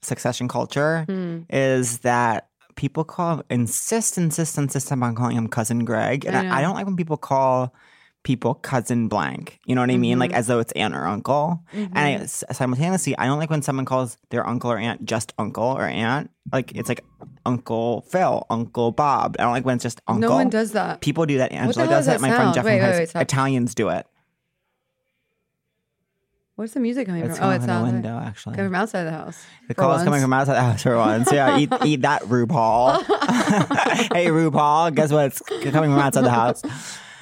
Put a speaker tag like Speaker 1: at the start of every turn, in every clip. Speaker 1: succession culture
Speaker 2: Hmm.
Speaker 1: is that people call insist, insist, insist on calling him cousin Greg, and I,
Speaker 2: I
Speaker 1: I
Speaker 2: know.
Speaker 1: don't like when people call people cousin blank. You know what I mean?
Speaker 2: Mm-hmm.
Speaker 1: Like as though it's aunt or uncle. And I s- simultaneously, I don't like when someone calls their uncle or aunt just uncle or aunt. Like it's like Uncle Phil, Uncle Bob. I don't like when it's just uncle.
Speaker 2: No one does that.
Speaker 1: People do that. Angela
Speaker 2: hell
Speaker 1: does
Speaker 2: does
Speaker 1: that.
Speaker 2: that
Speaker 1: My friend
Speaker 2: sound?
Speaker 1: Jeff
Speaker 2: Wait,
Speaker 1: from high
Speaker 2: wait,
Speaker 1: school-
Speaker 2: wait, stop.
Speaker 1: Italians do it.
Speaker 2: What's the music coming
Speaker 1: It's
Speaker 2: from? Oh,
Speaker 1: coming
Speaker 2: it's
Speaker 1: from the
Speaker 2: outside.
Speaker 1: window, actually.
Speaker 2: Coming from outside the house.
Speaker 1: The
Speaker 2: For
Speaker 1: call is coming
Speaker 2: once.
Speaker 1: from outside the house for once. Yeah, eat, eat that, RuPaul. hey, RuPaul, guess what? It's coming from outside the house.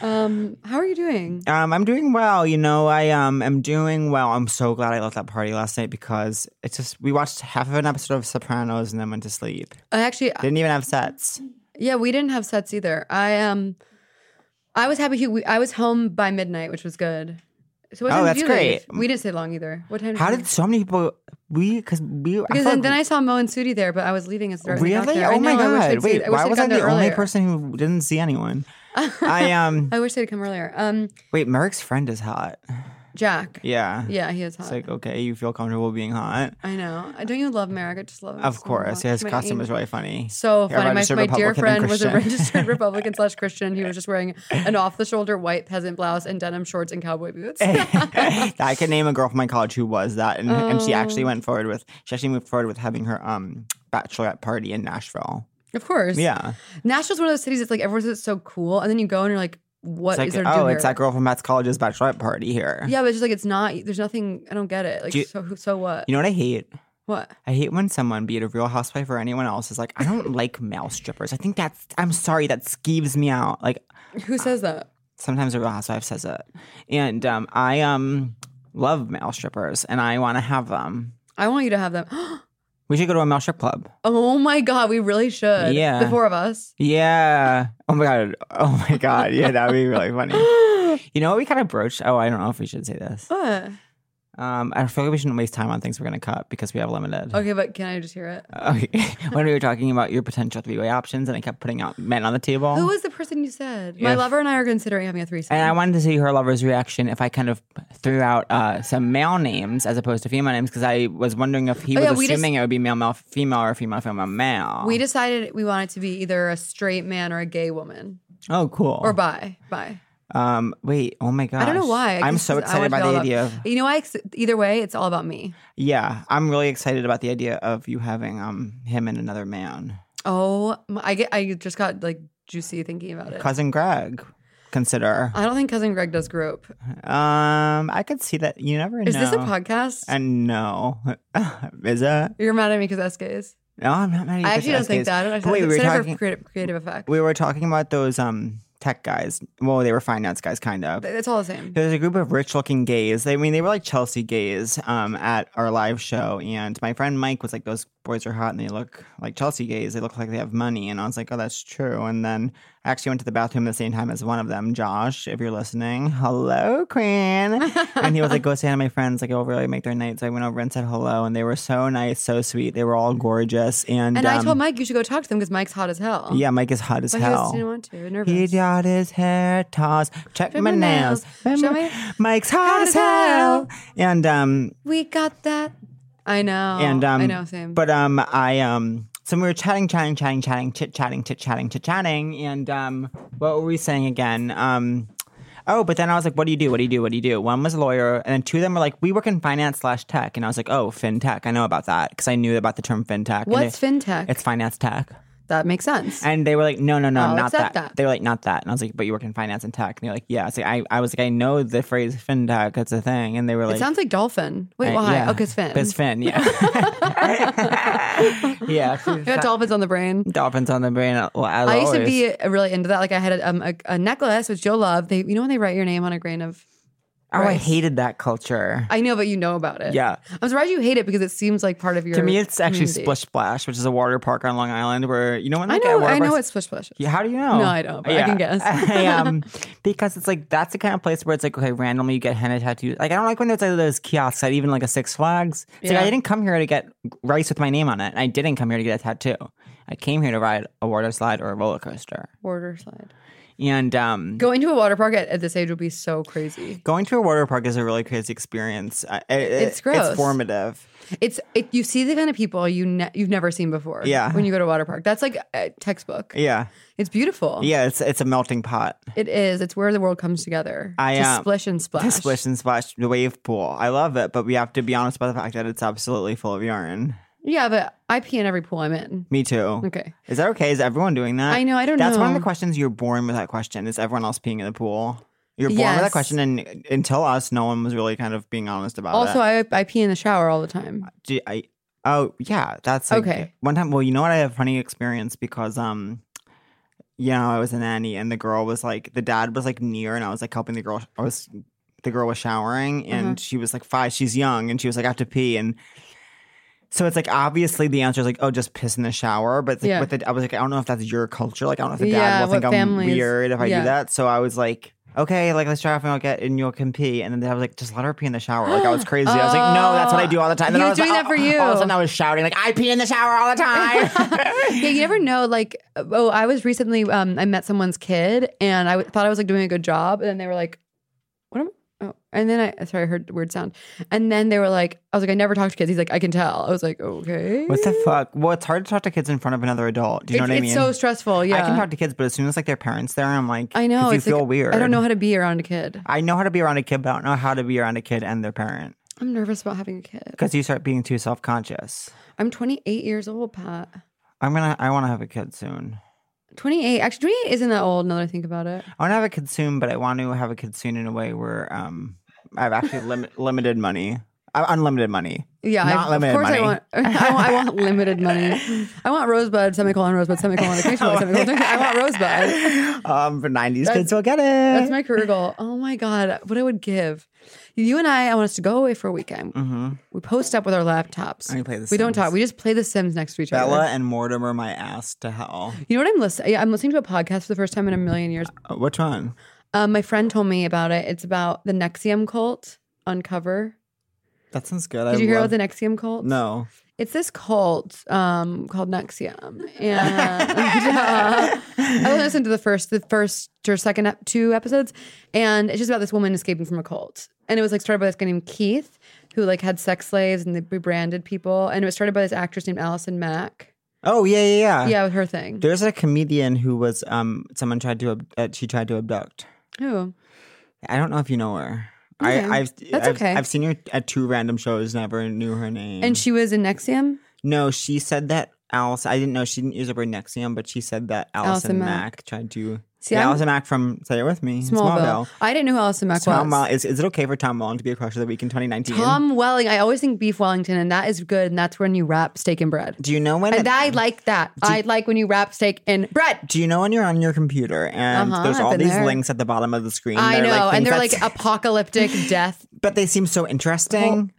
Speaker 2: Um, how are you doing?
Speaker 1: Um, I'm doing well. You know, I um, am doing well. I'm so glad I left that party last night because it's just, we watched half of an episode of Sopranos and then went to sleep.
Speaker 2: I actually,
Speaker 1: Didn't even have sets.
Speaker 2: yeah, we didn't have sets either. I um, I was happy. He, we, I was home by midnight, which was good. So what
Speaker 1: Oh,
Speaker 2: time
Speaker 1: that's
Speaker 2: did you leave?
Speaker 1: great.
Speaker 2: We didn't stay long either. What time?
Speaker 1: How
Speaker 2: you
Speaker 1: did
Speaker 2: leave?
Speaker 1: so many people, we, because we, I
Speaker 2: Because
Speaker 1: feel
Speaker 2: then,
Speaker 1: like-
Speaker 2: then I saw Mo and Sudi there, but I was leaving as the Got
Speaker 1: really?
Speaker 2: there. I
Speaker 1: Oh my
Speaker 2: know, I wish they'd
Speaker 1: God.
Speaker 2: see-
Speaker 1: Wait,
Speaker 2: I wish
Speaker 1: why
Speaker 2: they'd
Speaker 1: was I
Speaker 2: gotten
Speaker 1: the
Speaker 2: there
Speaker 1: only
Speaker 2: earlier.
Speaker 1: person who didn't see anyone? I, um,
Speaker 2: I wish they'd come earlier. Um,
Speaker 1: wait, Merrick's friend is hot.
Speaker 2: Jack. Yeah,
Speaker 1: Yeah.
Speaker 2: he is hot.
Speaker 1: It's like, okay, you feel comfortable being hot.
Speaker 2: I know. I Don't you love Merrick? I just love him.
Speaker 1: Of
Speaker 2: so
Speaker 1: course.
Speaker 2: much.
Speaker 1: Yeah, his
Speaker 2: My
Speaker 1: costume
Speaker 2: angel.
Speaker 1: is really funny.
Speaker 2: So
Speaker 1: Yeah,
Speaker 2: funny. My,
Speaker 1: registered
Speaker 2: my
Speaker 1: Republican
Speaker 2: dear
Speaker 1: and
Speaker 2: friend was a
Speaker 1: Christian.
Speaker 2: registered Republican slash Christian. He was just wearing an off the shoulder white peasant blouse and denim shorts and cowboy boots.
Speaker 1: Eh. I could name a girl from my college who was that, and, and
Speaker 2: Oh.
Speaker 1: she actually went forward with she actually moved forward with having her um bachelorette party in Nashville.
Speaker 2: of course.
Speaker 1: Yeah,
Speaker 2: Nashville's one of those cities that's like everyone says it's so cool. And then you go and you're like, what is
Speaker 1: it's like
Speaker 2: there to do
Speaker 1: oh,
Speaker 2: here?
Speaker 1: it's that girl from Matt's college's bachelorette party here.
Speaker 2: Yeah, but it's just like it's not, there's nothing, I don't get it. Like,
Speaker 1: Do you-
Speaker 2: so, who- so what?
Speaker 1: You know what I hate?
Speaker 2: what?
Speaker 1: I hate when someone, be it a real housewife or anyone else, is like, I don't like male strippers. I think that's I'm sorry, that skeeves me out. Like
Speaker 2: Who says that?
Speaker 1: sometimes a real housewife says it. And um I um love male strippers and I wanna have them.
Speaker 2: I want you to have them.
Speaker 1: We should go to a male strip club.
Speaker 2: oh my God, we really should.
Speaker 1: Yeah.
Speaker 2: The four of us.
Speaker 1: Yeah. Oh my god. Oh my god. Yeah, that would be really funny. You know what we kind of broached? Oh, I don't know if we should say this.
Speaker 2: What?
Speaker 1: Um, I feel like we shouldn't waste time on things we're gonna cut because we have limited.
Speaker 2: Okay, but can I just hear it?
Speaker 1: Okay. when we were talking about your potential three-way options, and I kept putting out men on the table,
Speaker 2: Who was the person you said? My
Speaker 1: If-
Speaker 2: lover and I are considering having a threesome.
Speaker 1: Oh. and I wanted to see her lover's reaction if I kind of threw out uh, some male names as opposed to female names because I was wondering if he
Speaker 2: Oh,
Speaker 1: was
Speaker 2: yeah, we
Speaker 1: assuming it would be male, male, female, or female, female, male.
Speaker 2: we decided we wanted to be either a straight man or a gay woman
Speaker 1: oh, cool.
Speaker 2: or bi. Bi.
Speaker 1: um, wait. Oh my gosh.
Speaker 2: I don't know why. I
Speaker 1: I'm
Speaker 2: just-
Speaker 1: so
Speaker 2: I
Speaker 1: excited
Speaker 2: want to
Speaker 1: by
Speaker 2: be all
Speaker 1: the
Speaker 2: about-
Speaker 1: idea of
Speaker 2: You know, I ex- either way, it's all about me.
Speaker 1: Yeah, I'm really excited about the idea of you having um him and another man.
Speaker 2: Oh, my, I get. I just got like juicy thinking about it.
Speaker 1: Cousin Greg, consider.
Speaker 2: I don't think cousin Greg does group.
Speaker 1: Um, I could see that. You never know.
Speaker 2: Is this a podcast?
Speaker 1: And no, is it?
Speaker 2: You're mad at me because S gays.
Speaker 1: No, I'm not mad. at you
Speaker 2: I
Speaker 1: for
Speaker 2: actually don't
Speaker 1: asking
Speaker 2: think
Speaker 1: this.
Speaker 2: that. I don't
Speaker 1: But wait, we were
Speaker 2: consider
Speaker 1: talking-
Speaker 2: for creative, creative effect.
Speaker 1: We were talking about those um tech guys. Well, they were finance guys, kind of.
Speaker 2: It's all the same.
Speaker 1: There's a group of rich looking gays. They I mean they were like Chelsea gays um, at our live show, and my friend Mike was like, "Those boys are hot, and they look like Chelsea gays. They look like they have money." And I was like, "Oh, that's true." And then I actually went to the bathroom at the same time as one of them, Josh. If you're listening, hello, Queen. and he was like, "Go say hi to my friends. Like, it'll really make their night." So I went over and said hello, and they were so nice, so sweet. They were all gorgeous, and,
Speaker 2: And I
Speaker 1: um,
Speaker 2: told Mike you should go talk to them because Mike's hot as hell.
Speaker 1: yeah, Mike is hot as
Speaker 2: but he
Speaker 1: hell.
Speaker 2: was, didn't want to. Nervous.
Speaker 1: He dyed his hair toss. Check
Speaker 2: Check
Speaker 1: my
Speaker 2: my
Speaker 1: nails.
Speaker 2: nails. Show
Speaker 1: Remember-
Speaker 2: me-
Speaker 1: Mike's hot as
Speaker 2: as hell.
Speaker 1: hell. And um
Speaker 2: we got that. I know.
Speaker 1: and um
Speaker 2: Oh, I know. Same.
Speaker 1: But um I um so we were chatting, chatting, chatting, chatting, chit chatting, chit chatting, chit chatting, and um what were we saying again? Um Oh, but then I was like, what do you do? What do you do? What do you do? One was a lawyer, and then two of them were like, we work in finance slash tech. And I was like, oh, fintech. I know about that because I knew about the term fintech. And
Speaker 2: what's
Speaker 1: they-
Speaker 2: fintech?
Speaker 1: It's finance tech.
Speaker 2: that makes sense.
Speaker 1: And they were like, no, no, no,
Speaker 2: Oh,
Speaker 1: not
Speaker 2: it's not
Speaker 1: that.
Speaker 2: that.
Speaker 1: They were like, not that. And I was like, but you work in finance and tech. And they're like, yeah. So I, I was like, I know the phrase fintech. That's a thing. And they were like,
Speaker 2: it sounds like dolphin. Wait,
Speaker 1: I-
Speaker 2: why? Oh,
Speaker 1: yeah.
Speaker 2: Okay, it's fin.
Speaker 1: It's fin, yeah. yeah. so
Speaker 2: You got dolphins on the brain.
Speaker 1: dolphins on the brain. Well, as
Speaker 2: I used to
Speaker 1: always.
Speaker 2: be really into that. Like I had a, um, a, a necklace, which you'll love. They, you know, when they write your name on a grain of.
Speaker 1: Oh, I
Speaker 2: rice.
Speaker 1: hated that culture.
Speaker 2: I know, but you know about it.
Speaker 1: Yeah.
Speaker 2: I'm surprised you hate it because it seems like part of your.
Speaker 1: to me, it's actually
Speaker 2: community.
Speaker 1: Splish Splash, which is a water park on Long Island where, you know, when
Speaker 2: I
Speaker 1: like, at
Speaker 2: know.
Speaker 1: water
Speaker 2: I know
Speaker 1: parks-
Speaker 2: it's splish splash.
Speaker 1: Yeah, how do you know?
Speaker 2: No, I don't, but I can guess.
Speaker 1: I, um, because it's like that's the kind of place where it's like okay, randomly you get henna tattoos. Like I don't like when there's like those kiosks at even like a Six Flags. It's like
Speaker 2: Yeah.
Speaker 1: I didn't come here to get rice with my name on it. and I didn't come here to get a tattoo. I came here to ride a water slide or a roller coaster.
Speaker 2: Water slide.
Speaker 1: And um,
Speaker 2: Going to a water park at, at this age would be so crazy.
Speaker 1: going to a water park is a really crazy experience. I- I-
Speaker 2: It's
Speaker 1: it-
Speaker 2: gross.
Speaker 1: It's formative.
Speaker 2: It's it, you see the kind of people you ne- you've never seen before.
Speaker 1: Yeah.
Speaker 2: When you go to a water park, that's like a textbook.
Speaker 1: Yeah,
Speaker 2: It's beautiful.
Speaker 1: yeah. It's it's a melting pot.
Speaker 2: It is. It's where the world comes together.
Speaker 1: I,
Speaker 2: to
Speaker 1: uh,
Speaker 2: splish and splash.
Speaker 1: The splish and splash, the wave pool. I love it, but we have to be honest about the fact that it's absolutely full of urine.
Speaker 2: Yeah, but I pee in every pool I'm in.
Speaker 1: Me too.
Speaker 2: Okay.
Speaker 1: Is that okay? Is everyone doing that?
Speaker 2: I know, I don't
Speaker 1: Uh, That's one of
Speaker 2: know.
Speaker 1: the questions you're born with that question. Is everyone else peeing in the pool? You're born with
Speaker 2: Yes.
Speaker 1: that question, and until us, no one was really kind of being honest about
Speaker 2: Also,
Speaker 1: it.
Speaker 2: I, I pee in the shower all the time.
Speaker 1: Do I, oh yeah, that's like,
Speaker 2: Okay.
Speaker 1: One time, well, you know what? I had a funny experience because um, you know, I was a nanny, and the girl was like, the dad was like near, and I was like helping the girl. I was the girl was showering, and
Speaker 2: Uh-huh.
Speaker 1: she was like five. She's young, and she was like, I have to pee, and. So it's like obviously the answer is like oh just piss in the shower, but it's like
Speaker 2: Yeah.
Speaker 1: with the, I was like I don't know if that's your culture. Like I don't know if the dad
Speaker 2: Yeah,
Speaker 1: will think
Speaker 2: what
Speaker 1: I'm
Speaker 2: families-
Speaker 1: weird if I
Speaker 2: yeah.
Speaker 1: do that. So I was like okay like let's try off and I'll get and you'll can pee. And then the dad was like just let her pee in the shower. Like I was crazy. I was like no that's what I do all the time. And
Speaker 2: He
Speaker 1: then I
Speaker 2: was
Speaker 1: like,
Speaker 2: doing that for you.
Speaker 1: All of a sudden I was shouting like I pee in the shower all the time.
Speaker 2: yeah, you never know. Like, oh, I was recently, um, I met someone's kid, and I w- thought I was like doing a good job, and then they were like, "What am?" Oh, and then I sorry, I heard a weird sound, and then they were like, "I was like, I never talk to kids." He's like, "I can tell." I was like, "Okay."
Speaker 1: What the fuck? Well, it's hard to talk to kids in front of another adult. Do you know
Speaker 2: it's,
Speaker 1: what I mean?
Speaker 2: it's so stressful. Yeah,
Speaker 1: I can talk to kids, but as soon as like their parents there, I'm like,
Speaker 2: I know.
Speaker 1: 'cause you
Speaker 2: it's
Speaker 1: feel
Speaker 2: like,
Speaker 1: weird.
Speaker 2: I don't know how to be around a kid.
Speaker 1: I know how to be around a kid, but I don't know how to be around a kid and their parent
Speaker 2: I'm nervous about having a kid.
Speaker 1: because you start being too self conscious.
Speaker 2: I'm 28 years old, Pat.
Speaker 1: I'm gonna. I want to have a kid soon.
Speaker 2: 28. Actually, 28 isn't that old. Now that I think about it.
Speaker 1: I want to have a kid soon, but I want to have a kid soon in a way where um I have actually lim- limited money, uh, unlimited money.
Speaker 2: Yeah,
Speaker 1: Not
Speaker 2: I, of
Speaker 1: limited
Speaker 2: course I
Speaker 1: money.
Speaker 2: want, I want. I want limited money. I want rosebud semicolon rosebud semicolon occasionally semicolon. I want rosebud.
Speaker 1: Um, for '90s
Speaker 2: That's-
Speaker 1: kids will get it.
Speaker 2: That's my career goal. Oh my god, what I would give. You and I, I want us to go away for a weekend.
Speaker 1: mm-hmm.
Speaker 2: We post up with our laptops.
Speaker 1: And we play The
Speaker 2: don't
Speaker 1: Sims.
Speaker 2: talk. We just play The Sims next to each
Speaker 1: Bella
Speaker 2: other.
Speaker 1: and Mortimer, my ass to hell.
Speaker 2: You know what I'm listening? Yeah, I'm listening to a podcast for the first time in a million years.
Speaker 1: Uh, which one?
Speaker 2: Um, my friend told me about it. It's about the Nexium cult. Uncover.
Speaker 1: That sounds good.
Speaker 2: Did
Speaker 1: I
Speaker 2: you hear
Speaker 1: love-
Speaker 2: about the Nexium cult?
Speaker 1: No.
Speaker 2: It's this cult um, called Nexium, and uh, I only listened to the first, the first or second ep- two episodes, and it's just about this woman escaping from a cult, and it was like started by this guy named Keith, who like had sex slaves and they rebranded people, and it was started by this actress named Allison Mack.
Speaker 1: Oh yeah, yeah, yeah.
Speaker 2: yeah, with her thing.
Speaker 1: There's a comedian who was um someone tried to ab- uh, she tried to abduct.
Speaker 2: Who?
Speaker 1: I don't know if you know her.
Speaker 2: Okay.
Speaker 1: I, I've
Speaker 2: That's
Speaker 1: I've,
Speaker 2: okay.
Speaker 1: I've seen her at two random shows. Never knew her name.
Speaker 2: And she was in Nexium.
Speaker 1: no, she said that Alice. I didn't know she didn't use the word Nexium, but she said that Allison
Speaker 2: Allison Mack.
Speaker 1: Mack tried to.
Speaker 2: See,
Speaker 1: Yeah,
Speaker 2: I'm-
Speaker 1: Allison Mack from Say It With Me.
Speaker 2: Smallville. I didn't know who Allison Mack
Speaker 1: Tom
Speaker 2: was.
Speaker 1: Wel- is, is it okay for Tom Welling to be a crush of the week in 2019?
Speaker 2: Tom Welling. I always think beef Wellington, and that is good. And that's when you wrap steak and bread.
Speaker 1: do you know when? it-
Speaker 2: And I like that. I like when you wrap steak and bread.
Speaker 1: do you know when you're on your computer and
Speaker 2: Uh-huh,
Speaker 1: there's
Speaker 2: I've
Speaker 1: all
Speaker 2: been
Speaker 1: these
Speaker 2: there.
Speaker 1: links at the bottom of the screen?
Speaker 2: I
Speaker 1: They're,
Speaker 2: know,
Speaker 1: like,
Speaker 2: and
Speaker 1: things
Speaker 2: they're like
Speaker 1: that's-
Speaker 2: apocalyptic death.
Speaker 1: but they seem so interesting.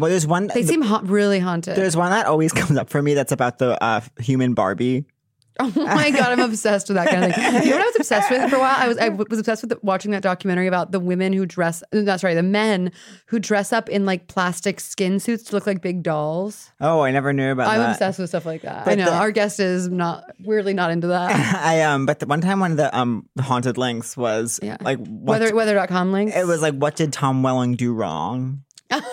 Speaker 1: Well, there's one.
Speaker 2: They seem ha- really haunted.
Speaker 1: there's one that always comes up for me. That's about the uh, human Barbie.
Speaker 2: Oh my god, I'm obsessed with that kind of thing. You know what I was obsessed with for a while? I was I w- was obsessed with watching that documentary about the women who dress. Not sorry, the men who dress up in like plastic skin suits to look like big dolls.
Speaker 1: Oh, I never knew about
Speaker 2: I'm
Speaker 1: that.
Speaker 2: obsessed with stuff like that. I
Speaker 1: But
Speaker 2: know
Speaker 1: the-
Speaker 2: our guest is not weirdly not into that.
Speaker 1: I um, but the one time one of the um haunted links was
Speaker 2: Yeah.
Speaker 1: like what,
Speaker 2: Weather weather.com links.
Speaker 1: it was like what did Tom Welling do wrong?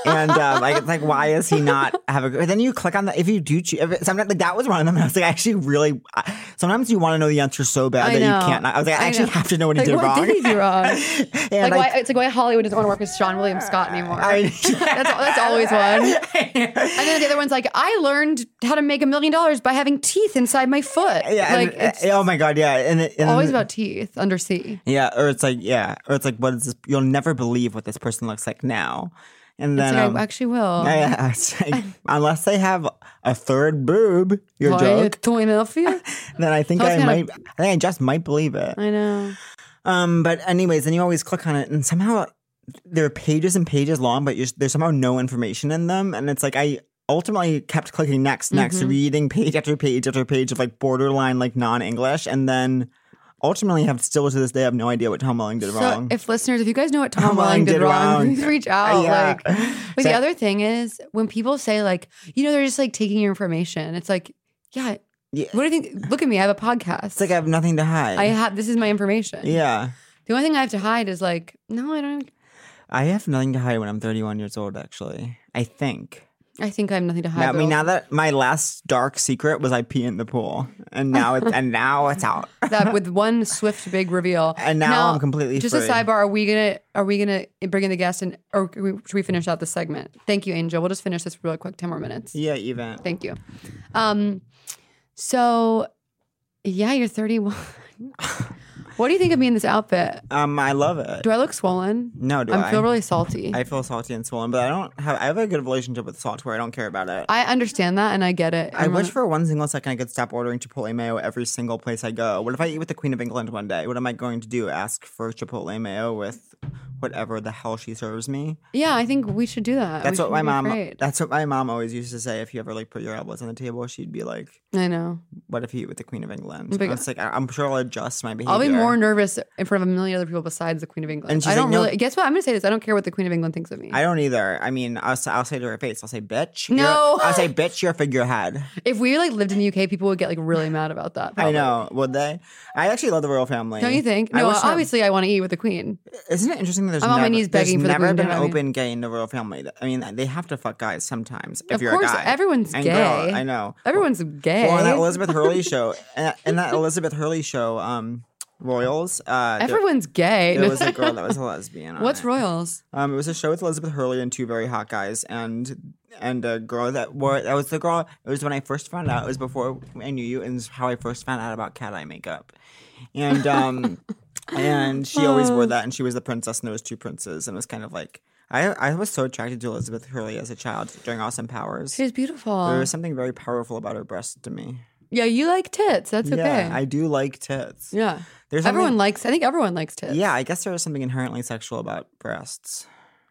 Speaker 1: and um, like, it's like, why is he not have a? good- Then you click on that if you do. Choose, if it, sometimes like that was one of them. And I was like, I actually really. I, sometimes you want to know the answer so bad
Speaker 2: I
Speaker 1: that
Speaker 2: know.
Speaker 1: you can't. I was like, I,
Speaker 2: I
Speaker 1: actually
Speaker 2: know.
Speaker 1: have to know what he
Speaker 2: like,
Speaker 1: did
Speaker 2: what
Speaker 1: wrong.
Speaker 2: did he do wrong?
Speaker 1: and
Speaker 2: like
Speaker 1: I-
Speaker 2: why, it's like why Hollywood doesn't want to work with Sean William Scott anymore. that's al- that's always one. And then the other one's like, I learned how to make a million dollars by having teeth inside my foot.
Speaker 1: yeah,
Speaker 2: like
Speaker 1: and-
Speaker 2: it's
Speaker 1: oh my god, yeah, and, it- and
Speaker 2: always about teeth under sea.
Speaker 1: yeah, or it's like yeah, or it's like what is this? You'll never believe what this person looks like now, and
Speaker 2: It's
Speaker 1: then
Speaker 2: like,
Speaker 1: um,
Speaker 2: I actually will.
Speaker 1: I- I- I was like, unless they have a third boob, your
Speaker 2: Why are you
Speaker 1: joke,
Speaker 2: doing it for you?
Speaker 1: then I think
Speaker 2: I was
Speaker 1: I
Speaker 2: gonna-
Speaker 1: might, I think I just might believe it.
Speaker 2: I know.
Speaker 1: Um, but anyways, then you always click on it, and somehow there are pages and pages long, but you're, there's somehow no information in them, and it's like I ultimately kept clicking next, next,
Speaker 2: Mm-hmm.
Speaker 1: reading page after page after page of like borderline like non-English, and then ultimately have still to this day have no idea what Tom Welling did
Speaker 2: So,
Speaker 1: wrong.
Speaker 2: if listeners, if you guys know what Tom Welling did wrong, please reach out.
Speaker 1: Yeah.
Speaker 2: Like, but
Speaker 1: So-
Speaker 2: the other thing is when people say like, you know, they're just like taking your information. It's like, yeah,
Speaker 1: Yeah.
Speaker 2: what do you think? Look at me, I have a podcast.
Speaker 1: it's like I have nothing to hide.
Speaker 2: I have this is my information.
Speaker 1: yeah.
Speaker 2: The only thing I have to hide is like, no, I don't.
Speaker 1: I have nothing to hide when I'm 31 years old, actually. I think.
Speaker 2: I think I have nothing to hide.
Speaker 1: Now, I mean,
Speaker 2: but
Speaker 1: now that my last dark secret was I pee in the pool, and now it's and now it's out.
Speaker 2: that with one swift big reveal.
Speaker 1: And now I'm completely
Speaker 2: Just
Speaker 1: free.
Speaker 2: a sidebar. Are we gonna are we gonna bring in the guest and or can we- should we finish out this segment? Thank you, Angel. We'll just finish this real quick. Ten more minutes.
Speaker 1: Yeah, even.
Speaker 2: Thank you. Um, so yeah, you're 31. what do you think of me in this outfit?
Speaker 1: Um, I love it.
Speaker 2: Do I look swollen?
Speaker 1: no, do
Speaker 2: I'm
Speaker 1: I?
Speaker 2: feel really salty.
Speaker 1: I
Speaker 2: I,
Speaker 1: feel salty and swollen, but I don't have. I have a good relationship with salt, where I don't care about it. I,
Speaker 2: understand that and I get it. I'm
Speaker 1: wish
Speaker 2: on-
Speaker 1: for one single second I could stop ordering Chipotle mayo every single place I go. What if I eat with the Queen of England one day? What am I going to do? Ask for Chipotle mayo with whatever the hell she serves me?
Speaker 2: yeah, I think we should do that.
Speaker 1: That's
Speaker 2: We
Speaker 1: what my
Speaker 2: shouldn't be
Speaker 1: mom.
Speaker 2: afraid.
Speaker 1: That's what my mom always used to say. If you ever like put your elbows on the table, she'd be like,
Speaker 2: I know.
Speaker 1: "What if you eat with the Queen of England?"
Speaker 2: Big-
Speaker 1: And it's like I- I'm sure I'll adjust my behavior.
Speaker 2: I'll be more nervous in front of a million other people besides the Queen of England.
Speaker 1: And she's
Speaker 2: I don't
Speaker 1: like, no-
Speaker 2: really. Guess what? I'm going to say this. I don't care what the Queen of England thinks of me.
Speaker 1: I don't either. I mean, I'll, s- I'll say to her face, I'll say, "Bitch." you're-"
Speaker 2: No.
Speaker 1: I'll say, "Bitch, you're a figurehead."
Speaker 2: if we like lived in the UK, people would get like really mad about that.
Speaker 1: I
Speaker 2: probably.
Speaker 1: know. Would they? I actually love the royal family.
Speaker 2: Don't you think?
Speaker 1: I
Speaker 2: No,
Speaker 1: wish um, that-
Speaker 2: obviously I want to eat with the Queen.
Speaker 1: isn't it interesting that there's
Speaker 2: I'm on
Speaker 1: never,
Speaker 2: my knees begging
Speaker 1: there's
Speaker 2: for the
Speaker 1: never
Speaker 2: queen to
Speaker 1: been an
Speaker 2: have me.
Speaker 1: open gay in the royal family? I mean, they have to fuck guys sometimes. If
Speaker 2: Of
Speaker 1: you're
Speaker 2: course,
Speaker 1: a guy,
Speaker 2: everyone's
Speaker 1: And
Speaker 2: gay.
Speaker 1: girl, I know.
Speaker 2: Everyone's gay.
Speaker 1: Well, on that Elizabeth Hurley show, and, and that Elizabeth Hurley show, um, royals. Uh, there-
Speaker 2: Everyone's gay.
Speaker 1: there was a girl that was a lesbian. on
Speaker 2: What's
Speaker 1: it.
Speaker 2: royals?
Speaker 1: Um, it was a show with Elizabeth Hurley and two very hot guys, and and a girl that wore that was the girl. It was when I first found out. It was before I knew you, and it's how I first found out about cat eye makeup, and um, and she always wore that, and she was the princess, and there was two princes, and it was kind of like I I was so attracted to Elizabeth Hurley as a child during Austin Powers.
Speaker 2: She's beautiful.
Speaker 1: There was something very powerful about her breast to me.
Speaker 2: yeah, you like tits. That's okay.
Speaker 1: Yeah, I do like tits.
Speaker 2: yeah.
Speaker 1: there's
Speaker 2: everyone
Speaker 1: something-
Speaker 2: likes. I think everyone likes tits.
Speaker 1: Yeah, I guess there is something inherently sexual about breasts.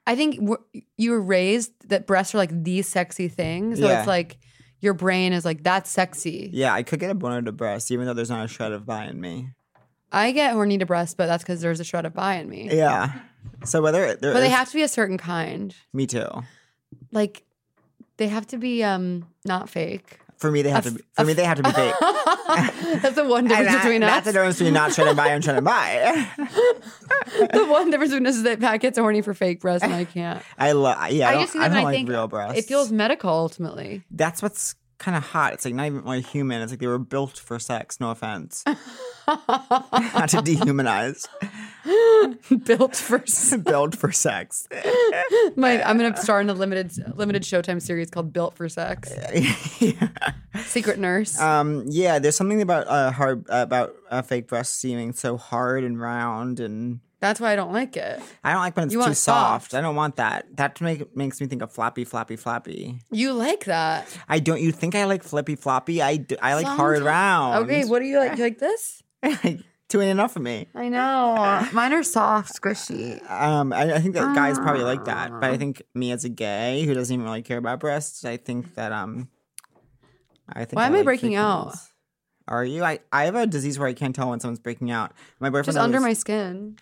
Speaker 2: I think we you were raised that breasts are like the sexy thing. So
Speaker 1: Yeah.
Speaker 2: it's like your brain is like that's sexy.
Speaker 1: Yeah, I could get a boner to breasts, even though there's not a shred of bi in me.
Speaker 2: I get horny to breasts, but that's because there's a shred of bi in me.
Speaker 1: Yeah. So whether it- there
Speaker 2: But they
Speaker 1: is-
Speaker 2: have to be a certain kind.
Speaker 1: me too.
Speaker 2: Like they have to be um not fake.
Speaker 1: For me, they have to. Be, for me, they have to be fake.
Speaker 2: that's the one
Speaker 1: And
Speaker 2: difference
Speaker 1: that-
Speaker 2: between
Speaker 1: that's
Speaker 2: us.
Speaker 1: the difference between not trying to buy and trying to buy.
Speaker 2: the one difference between us is that Pat gets horny for fake breasts and I can't.
Speaker 1: I love. Yeah, I,
Speaker 2: I
Speaker 1: don't,
Speaker 2: just see
Speaker 1: I
Speaker 2: them
Speaker 1: don't
Speaker 2: and I
Speaker 1: like
Speaker 2: think
Speaker 1: real breasts.
Speaker 2: It feels medical ultimately.
Speaker 1: That's what's kind of hot. It's like not even really human. It's like they were built for sex. No offense. not to dehumanize.
Speaker 2: Built for s-
Speaker 1: built for sex.
Speaker 2: my I'm gonna star in a limited limited showtime series called Built for Sex. Secret nurse.
Speaker 1: Um, yeah, there's something about uh, hard about uh, fake breasts seeming so hard and round, and
Speaker 2: That's why I don't like it.
Speaker 1: I don't like when it's
Speaker 2: You
Speaker 1: too
Speaker 2: want
Speaker 1: soft.
Speaker 2: soft.
Speaker 1: I don't want that. That to make makes me think of floppy, floppy, floppy.
Speaker 2: You like that.
Speaker 1: I don't. You think I like flippy, floppy? I, d- I like hard
Speaker 2: Sometimes-
Speaker 1: round.
Speaker 2: Okay, what do you like? You like this?
Speaker 1: Too ain't enough of me.
Speaker 2: I know. Mine are soft, squishy.
Speaker 1: Um, I, I think that guys probably like that, but
Speaker 2: Ah.
Speaker 1: I think me as a gay who doesn't even really care about breasts, I think that um, I think.
Speaker 2: Why
Speaker 1: I
Speaker 2: am I
Speaker 1: like
Speaker 2: breaking
Speaker 1: fake
Speaker 2: out?
Speaker 1: ones. Are you? I I have a disease where I can't tell when someone's breaking out. My boyfriend
Speaker 2: Just under
Speaker 1: always-
Speaker 2: my skin.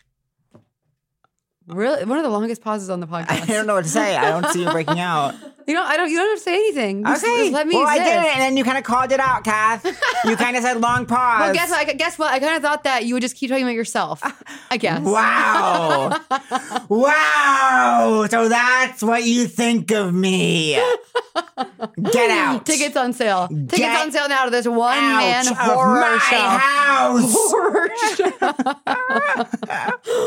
Speaker 2: Really, one of the longest pauses on the podcast.
Speaker 1: I don't know what to say. I don't see you breaking out.
Speaker 2: You know, I don't. You don't have to say anything. Just,
Speaker 1: Okay.
Speaker 2: just let me
Speaker 1: well, I
Speaker 2: exist.
Speaker 1: did it, and then you kind of called it out, Kath. You kind of said long pause.
Speaker 2: Well, guess what? I, guess what? I kind of thought that you would just keep talking about yourself. I guess.
Speaker 1: Wow. wow. So that's what you think of me. Get out.
Speaker 2: Tickets on sale. Tickets
Speaker 1: Get
Speaker 2: on sale now to this one
Speaker 1: out
Speaker 2: man
Speaker 1: of
Speaker 2: horror
Speaker 1: my
Speaker 2: show.
Speaker 1: house.
Speaker 2: Horror show.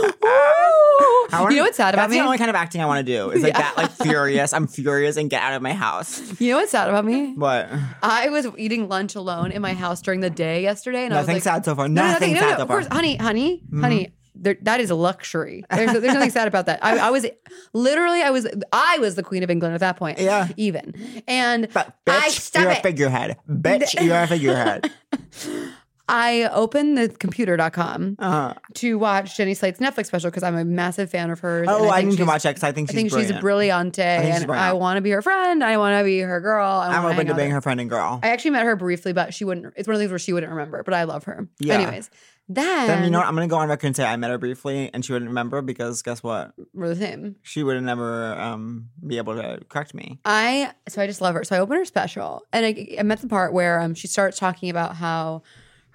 Speaker 1: I wanna-
Speaker 2: You know what's sad about
Speaker 1: that's
Speaker 2: me?
Speaker 1: the only kind of acting I want to do. It's like that, like furious. I'm furious and get out of my house.
Speaker 2: You know what's sad about me?
Speaker 1: But
Speaker 2: I was eating lunch alone in my house during the day yesterday, and I was
Speaker 1: nothing
Speaker 2: like,
Speaker 1: sad so far.
Speaker 2: No, no,
Speaker 1: Nothing
Speaker 2: nothing. No,
Speaker 1: sad
Speaker 2: no,
Speaker 1: so
Speaker 2: of
Speaker 1: far.
Speaker 2: course, honey, honey,
Speaker 1: Mm-hmm.
Speaker 2: honey. There, that is a luxury. There's, there's nothing sad about that. I, I was literally, I was, I was the queen of England at that point.
Speaker 1: Yeah.
Speaker 2: even and
Speaker 1: But bitch,
Speaker 2: I stop
Speaker 1: you're
Speaker 2: it.
Speaker 1: a figurehead. Bitch, you're a figurehead.
Speaker 2: I opened the computer.com
Speaker 1: Uh,
Speaker 2: to watch Jenny Slate's Netflix special because I'm a massive fan of hers.
Speaker 1: oh,
Speaker 2: and
Speaker 1: I,
Speaker 2: think
Speaker 1: need to
Speaker 2: she's-
Speaker 1: watch that because I think
Speaker 2: I
Speaker 1: she's
Speaker 2: think she's
Speaker 1: brilliant.
Speaker 2: a brillionte,
Speaker 1: she's
Speaker 2: and
Speaker 1: brilliant.
Speaker 2: I want to be her friend. I want to be her girl. I
Speaker 1: I'm
Speaker 2: wanna
Speaker 1: open
Speaker 2: hang
Speaker 1: to
Speaker 2: out
Speaker 1: being
Speaker 2: with-
Speaker 1: her friend and girl.
Speaker 2: I actually met her briefly, but she wouldn't. It's one of the things where she wouldn't remember, but I love her.
Speaker 1: Yeah.
Speaker 2: Anyways, then,
Speaker 1: then you know what? I'm gonna go on record and say I met her briefly, and she wouldn't remember because guess what?
Speaker 2: we're the same.
Speaker 1: She would have never um, be able to correct me.
Speaker 2: I so I just love her. So I open her special, and I, I'm at the part where um, she starts talking about how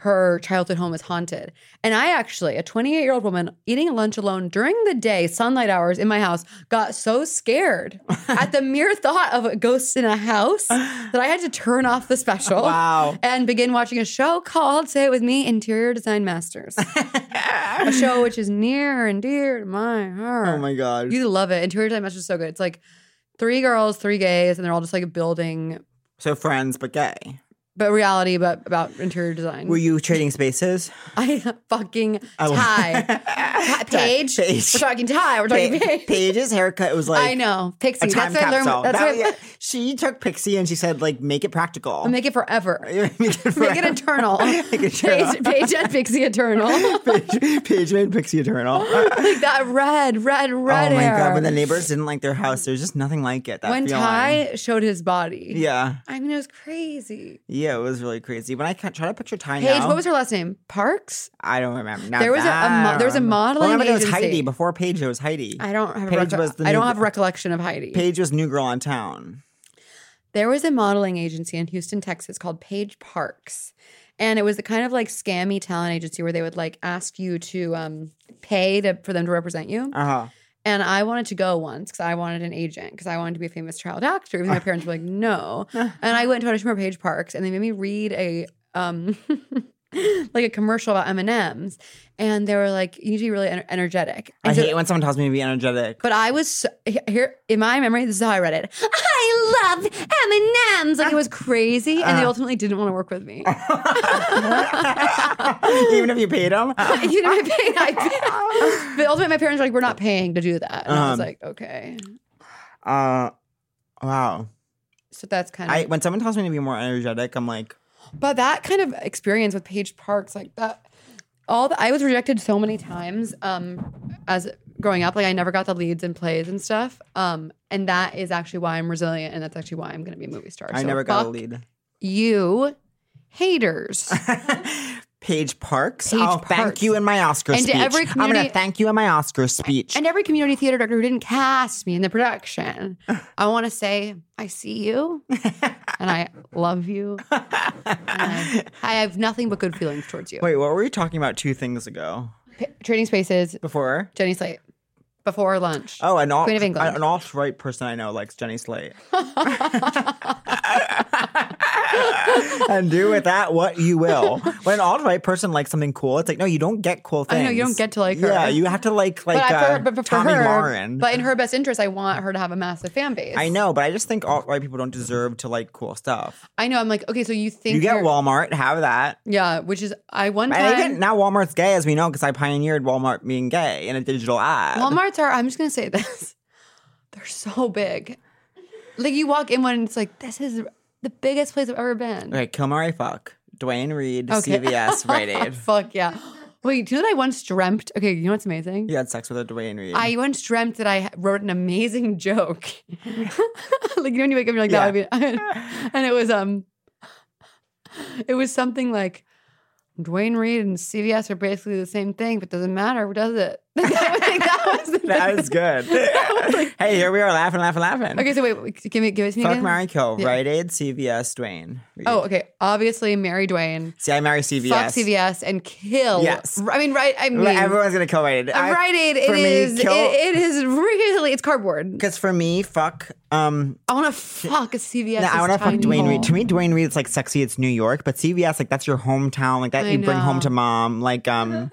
Speaker 2: her childhood home is haunted. And I actually, a 28 year old woman eating lunch alone during the day, sunlight hours in my house, got so scared at the mere thought of a ghost in a house that I had to turn off the special.
Speaker 1: Wow.
Speaker 2: And begin watching a show called Say It With Me Interior Design Masters. a show which is near and dear to my heart.
Speaker 1: Oh my god.
Speaker 2: You love it. Interior design masters is so good. It's like three girls, three gays, and they're all just like building,
Speaker 1: so friends, but gay.
Speaker 2: but reality, but about interior design.
Speaker 1: Were you trading spaces?
Speaker 2: I fucking
Speaker 1: Oh.
Speaker 2: tie. Ti- Paige.
Speaker 1: Paige.
Speaker 2: We're talking tie. We're talking
Speaker 1: Pa-
Speaker 2: Paige.
Speaker 1: Paige's haircut was like
Speaker 2: I know.
Speaker 1: a
Speaker 2: Pixie.
Speaker 1: time
Speaker 2: That's what I
Speaker 1: capsule.
Speaker 2: learned. That's
Speaker 1: That-
Speaker 2: what I,
Speaker 1: yeah, she took Pixie and she said like make it practical.
Speaker 2: I'll make it forever.
Speaker 1: Make it
Speaker 2: Make it
Speaker 1: forever.
Speaker 2: eternal.
Speaker 1: Make it eternal.
Speaker 2: Paige, Paige and Pixie Eternal.
Speaker 1: Paige, Paige made Pixie eternal.
Speaker 2: like that red, red, red
Speaker 1: oh my
Speaker 2: hair.
Speaker 1: god! When the neighbors didn't like their house, there's just nothing like it. That
Speaker 2: When
Speaker 1: feeling.
Speaker 2: Ty showed his body.
Speaker 1: Yeah,
Speaker 2: I mean, it was crazy.
Speaker 1: yeah, it was really crazy. When I ca- try to picture Ty
Speaker 2: Paige,
Speaker 1: now,
Speaker 2: what was her last name? Parks?
Speaker 1: I don't remember. Not
Speaker 2: There was a- a
Speaker 1: that I
Speaker 2: mo- there was a
Speaker 1: remember.
Speaker 2: modeling
Speaker 1: Remember, there was
Speaker 2: agency.
Speaker 1: Heidi before Paige. It was Heidi.
Speaker 2: I don't have.
Speaker 1: Paige
Speaker 2: a reco-
Speaker 1: was the
Speaker 2: I don't
Speaker 1: new-
Speaker 2: have recollection of Heidi.
Speaker 1: Paige was new girl on town.
Speaker 2: There was a modeling agency in Houston, Texas called Page Parks, and it was the kind of like scammy talent agency where they would like ask you to um, pay to, for them to represent you.
Speaker 1: Uh huh.
Speaker 2: And I wanted to go once because I wanted an agent because I wanted to be a famous child actor. Even my parents were like, no. and I went to audition for Page Parks, and they made me read a um, like a commercial about M and M's, and they were like, you need to be really ener- energetic.
Speaker 1: I
Speaker 2: And so-
Speaker 1: hate when someone tells me to be energetic.
Speaker 2: But I was so, he- here in my memory. This is how I read it. I love M and M's. Like it was crazy, and they
Speaker 1: Uh.
Speaker 2: ultimately didn't want to work with me.
Speaker 1: Even if you paid them.
Speaker 2: you know, I paid. I paid. But ultimately, my parents were like, "We're not paying to do that." And I was
Speaker 1: Um,
Speaker 2: like, "Okay."
Speaker 1: Uh, wow.
Speaker 2: So that's kind of.
Speaker 1: I when someone tells me to be more energetic, I'm like,
Speaker 2: but that kind of experience with Paige Parks, like that. All the, I was rejected so many times um, as growing up. Like I never got the leads in plays and stuff. Um, and that is actually why I'm resilient, and that's actually why I'm going to be a movie star.
Speaker 1: I
Speaker 2: So
Speaker 1: never got a
Speaker 2: fuck
Speaker 1: lead.
Speaker 2: you haters.
Speaker 1: Paige Parks.
Speaker 2: Paige
Speaker 1: I'll
Speaker 2: Parks.
Speaker 1: thank you in my Oscar
Speaker 2: And to
Speaker 1: speech.
Speaker 2: every
Speaker 1: I'm going
Speaker 2: community-
Speaker 1: to thank you in my Oscar speech.
Speaker 2: and every community theater director who didn't cast me in the production, I want to say, I see you and I love you. And I, I have nothing but good feelings towards you.
Speaker 1: Wait, what were we talking about two things ago?
Speaker 2: Pa- Trading Spaces,
Speaker 1: Before?
Speaker 2: Jenny Slate, before lunch.
Speaker 1: Oh, an all
Speaker 2: Queen of England.
Speaker 1: an alt right person I know likes Jenny Slate. and do with that what you will. When an alt right person likes something cool, it's like, no, you don't get cool
Speaker 2: I
Speaker 1: things.
Speaker 2: know, you don't get to like her.
Speaker 1: Yeah, you have to like like
Speaker 2: but, I, for,
Speaker 1: uh,
Speaker 2: but for
Speaker 1: Tommy
Speaker 2: her,
Speaker 1: Lauren.
Speaker 2: But in her best interest, I want her to have a massive fan base.
Speaker 1: I know, but I just think alt right people don't deserve to like cool stuff.
Speaker 2: I know. I'm like, okay, so you think
Speaker 1: You get
Speaker 2: you're-
Speaker 1: Walmart, have that.
Speaker 2: Yeah, which is I one
Speaker 1: And even
Speaker 2: time
Speaker 1: now Walmart's gay, as we know, because I pioneered Walmart being gay in a digital ad.
Speaker 2: Walmart's are. I'm just gonna say this. They're so big. Like you walk in one, and it's like this is the biggest place I've ever been.
Speaker 1: Okay, Kilmary fuck. Dwayne Reed,
Speaker 2: Okay.
Speaker 1: CVS, Rite Aid.
Speaker 2: Fuck yeah. Wait, do you know that I once dreamt? Okay, you know what's amazing?
Speaker 1: You had sex with a Dwayne Reed.
Speaker 2: I once dreamt that I wrote an amazing joke. like you know when you wake up, you're like, that would be and it was um it was something like Dwayne Reed and CVS are basically the same thing, but doesn't matter, does it? Like, I think that was the
Speaker 1: that
Speaker 2: thing.
Speaker 1: was good. hey, here we are laughing, laughing, laughing.
Speaker 2: Okay, so wait, wait, give me give it to me.
Speaker 1: Fuck
Speaker 2: again.
Speaker 1: Mary Kill,
Speaker 2: Yeah.
Speaker 1: Rite Aid, CVS, Dwayne. Reed.
Speaker 2: Oh, okay. Obviously Mary Dwayne.
Speaker 1: See, I marry CVS.
Speaker 2: Fuck CVS and kill.
Speaker 1: Yes.
Speaker 2: I mean, right I mean
Speaker 1: Like, Everyone's gonna kill Rite Aid.
Speaker 2: A Rite Aid, it
Speaker 1: for me,
Speaker 2: is.
Speaker 1: kill-
Speaker 2: it, it is really. It's cardboard.
Speaker 1: Because for me, fuck. Um,
Speaker 2: I want to fuck a CVS.
Speaker 1: I want to fuck
Speaker 2: tiny
Speaker 1: Dwayne Reed.
Speaker 2: hole.
Speaker 1: To me, Dwayne Reed, it's like sexy. It's New York, but CVS, like that's your hometown. Like that
Speaker 2: I
Speaker 1: you bring home
Speaker 2: know.
Speaker 1: to mom. Like um,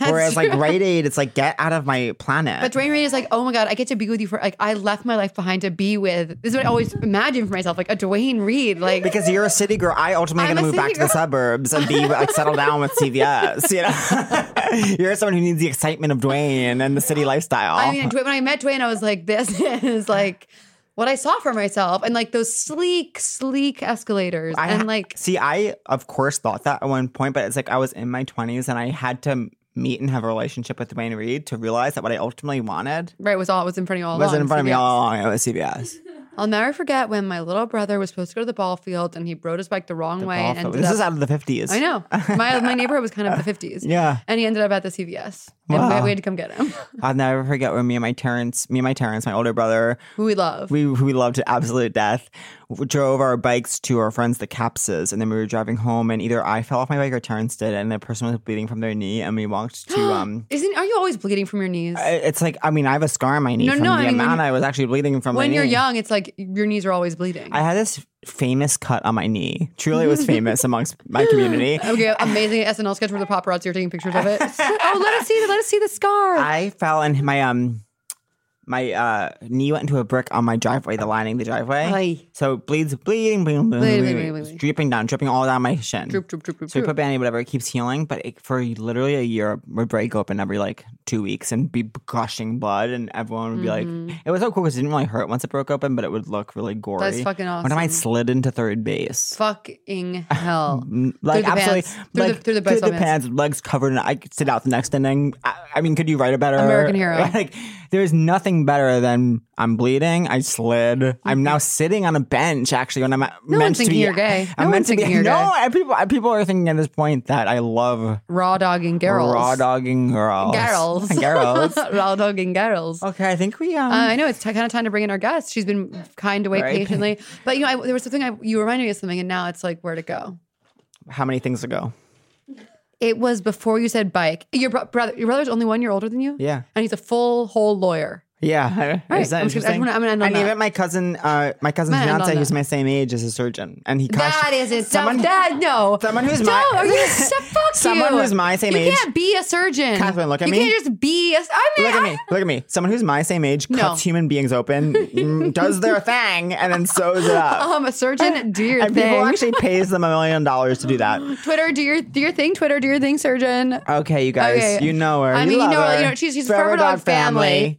Speaker 1: whereas like Rite Aid, it's like get out of my planet.
Speaker 2: But Dwayne Reed is like, oh my god, I get to be with you for like I left my life behind to be with. This is what I always imagine for myself, like a Dwayne Reed, like
Speaker 1: because you're a city girl, I ultimately
Speaker 2: I'm
Speaker 1: gonna
Speaker 2: a
Speaker 1: move back
Speaker 2: city
Speaker 1: to the
Speaker 2: girl.
Speaker 1: suburbs and be like settle down with CVS. You know, you're someone who needs the excitement of Dwayne and the city lifestyle.
Speaker 2: I mean, Dwayne- when I met Dwayne, I was like, this is like what I saw for myself, and like those sleek, sleek escalators,
Speaker 1: I
Speaker 2: and
Speaker 1: ha-
Speaker 2: like
Speaker 1: see, I of course thought that at one point, but it's like I was in my twenties and I had to m- meet and have a relationship with Dwayne Reed to realize that what I ultimately wanted
Speaker 2: right was all was in front of you all.
Speaker 1: was
Speaker 2: along,
Speaker 1: in front of me
Speaker 2: CVS.
Speaker 1: all along. It was CBS.
Speaker 2: I'll never forget when my little brother was supposed to go to the ball field, and he rode his bike the wrong way. and ended
Speaker 1: this
Speaker 2: up-
Speaker 1: is out of the fifties.
Speaker 2: I know. My my neighborhood was kind of the fifties.
Speaker 1: Yeah.
Speaker 2: And he ended up at the CVS. And
Speaker 1: Wow.
Speaker 2: we, we had to come get him.
Speaker 1: I'll never forget when me and my Terrence, me and my Terrence, my older brother,
Speaker 2: Who we love.
Speaker 1: we who we loved to absolute death, w- drove our bikes to our friends the Capses, and then we were driving home, and either I fell off my bike or Terrence did, and the person was bleeding from their knee, and we walked to um.
Speaker 2: Isn't are you always bleeding from your knees?
Speaker 1: I- It's like I mean I have a scar on my knee
Speaker 2: No,
Speaker 1: from
Speaker 2: no,
Speaker 1: the
Speaker 2: I mean, when
Speaker 1: amount
Speaker 2: you-
Speaker 1: I was actually bleeding from. my
Speaker 2: when you're
Speaker 1: knee.
Speaker 2: young, it's like your knees are always bleeding.
Speaker 1: I had this famous cut on my knee. Truly, it was famous amongst my community.
Speaker 2: okay, amazing SNL sketch where the paparazzi are taking pictures of it. oh, let us see, let us see the scar.
Speaker 1: I fell and my um my uh knee went into a brick on my driveway, the lining of the driveway.
Speaker 2: Ay.
Speaker 1: So bleeds, bleeding, bleeding, bleeding, bleeding,
Speaker 2: bleeding, bleeding,
Speaker 1: It's dripping down, dripping all down my shin.
Speaker 2: droop, droop, droop, droop,
Speaker 1: So we put
Speaker 2: droop.
Speaker 1: band aid, whatever, it keeps healing, but it, for literally a year, we would break open every like two weeks and be gushing blood, and everyone would be
Speaker 2: Mm-hmm.
Speaker 1: like, it was so cool because it didn't really hurt once it broke open, but it would look really gory.
Speaker 2: fucking
Speaker 1: One time I
Speaker 2: awesome.
Speaker 1: slid into third base.
Speaker 2: Fucking hell.
Speaker 1: Mm, like
Speaker 2: the
Speaker 1: absolutely
Speaker 2: pants. Through
Speaker 1: like,
Speaker 2: the- through the best of
Speaker 1: pants,
Speaker 2: pants.
Speaker 1: legs covered in I could sit out the next inning. I, I mean, could you write a better
Speaker 2: American hero.
Speaker 1: Like there's nothing better than I'm bleeding, I slid. I'm now sitting on a bench actually when I'm at-
Speaker 2: Mm-hmm. No one's
Speaker 1: meant to
Speaker 2: thinking
Speaker 1: be,
Speaker 2: you're gay.
Speaker 1: I'm
Speaker 2: No
Speaker 1: meant
Speaker 2: one's
Speaker 1: to be,
Speaker 2: thinking you're
Speaker 1: no,
Speaker 2: gay.
Speaker 1: I- people I- people are thinking at this point that I love
Speaker 2: Raw dogging girls.
Speaker 1: raw dogging girls.
Speaker 2: Girls.
Speaker 1: Girls.
Speaker 2: Raw dogging girls.
Speaker 1: okay, I think we um
Speaker 2: Uh, I know it's kind of time to bring in our guest. She's been kind to wait
Speaker 1: Right.
Speaker 2: patiently, but you know, I, there was something I, you reminded me of something, and now it's like where to go.
Speaker 1: how many things ago?
Speaker 2: It was before you said bike. Your bro- brother, your brother's only one year older than you.
Speaker 1: Yeah.
Speaker 2: and he's a full whole lawyer.
Speaker 1: Yeah,
Speaker 2: All right,
Speaker 1: is that
Speaker 2: I'm just
Speaker 1: interesting?
Speaker 2: gonna- I'm gonna- I'm gonna end on
Speaker 1: and
Speaker 2: that.
Speaker 1: even my cousin, uh, my cousin's
Speaker 2: I'm gonna end on
Speaker 1: fiance, who's
Speaker 2: that.
Speaker 1: my same age, is a surgeon, and he
Speaker 2: That
Speaker 1: crashed-
Speaker 2: is it.
Speaker 1: Someone-
Speaker 2: Someone, Dad, no.
Speaker 1: someone who's
Speaker 2: no,
Speaker 1: my-
Speaker 2: are you so, fuck
Speaker 1: Someone
Speaker 2: you.
Speaker 1: who's my same
Speaker 2: you
Speaker 1: age-
Speaker 2: can't be a surgeon.
Speaker 1: Catherine, look at
Speaker 2: you
Speaker 1: me.
Speaker 2: You can't just be a. I mean,
Speaker 1: Look at
Speaker 2: I-
Speaker 1: me. Look at me. Someone who's my same age
Speaker 2: No.
Speaker 1: cuts human beings open, mm, does their thing, and then sews it up.
Speaker 2: Um, a surgeon, do your
Speaker 1: and
Speaker 2: thing.
Speaker 1: people actually pays them a million dollars to do that.
Speaker 2: Twitter, do your do your thing. Twitter, do your thing, surgeon.
Speaker 1: Okay, you guys,
Speaker 2: Okay.
Speaker 1: you know her.
Speaker 2: I
Speaker 1: you
Speaker 2: mean, you
Speaker 1: love
Speaker 2: know her,
Speaker 1: her.
Speaker 2: you know, she's- she's Forever Dog family.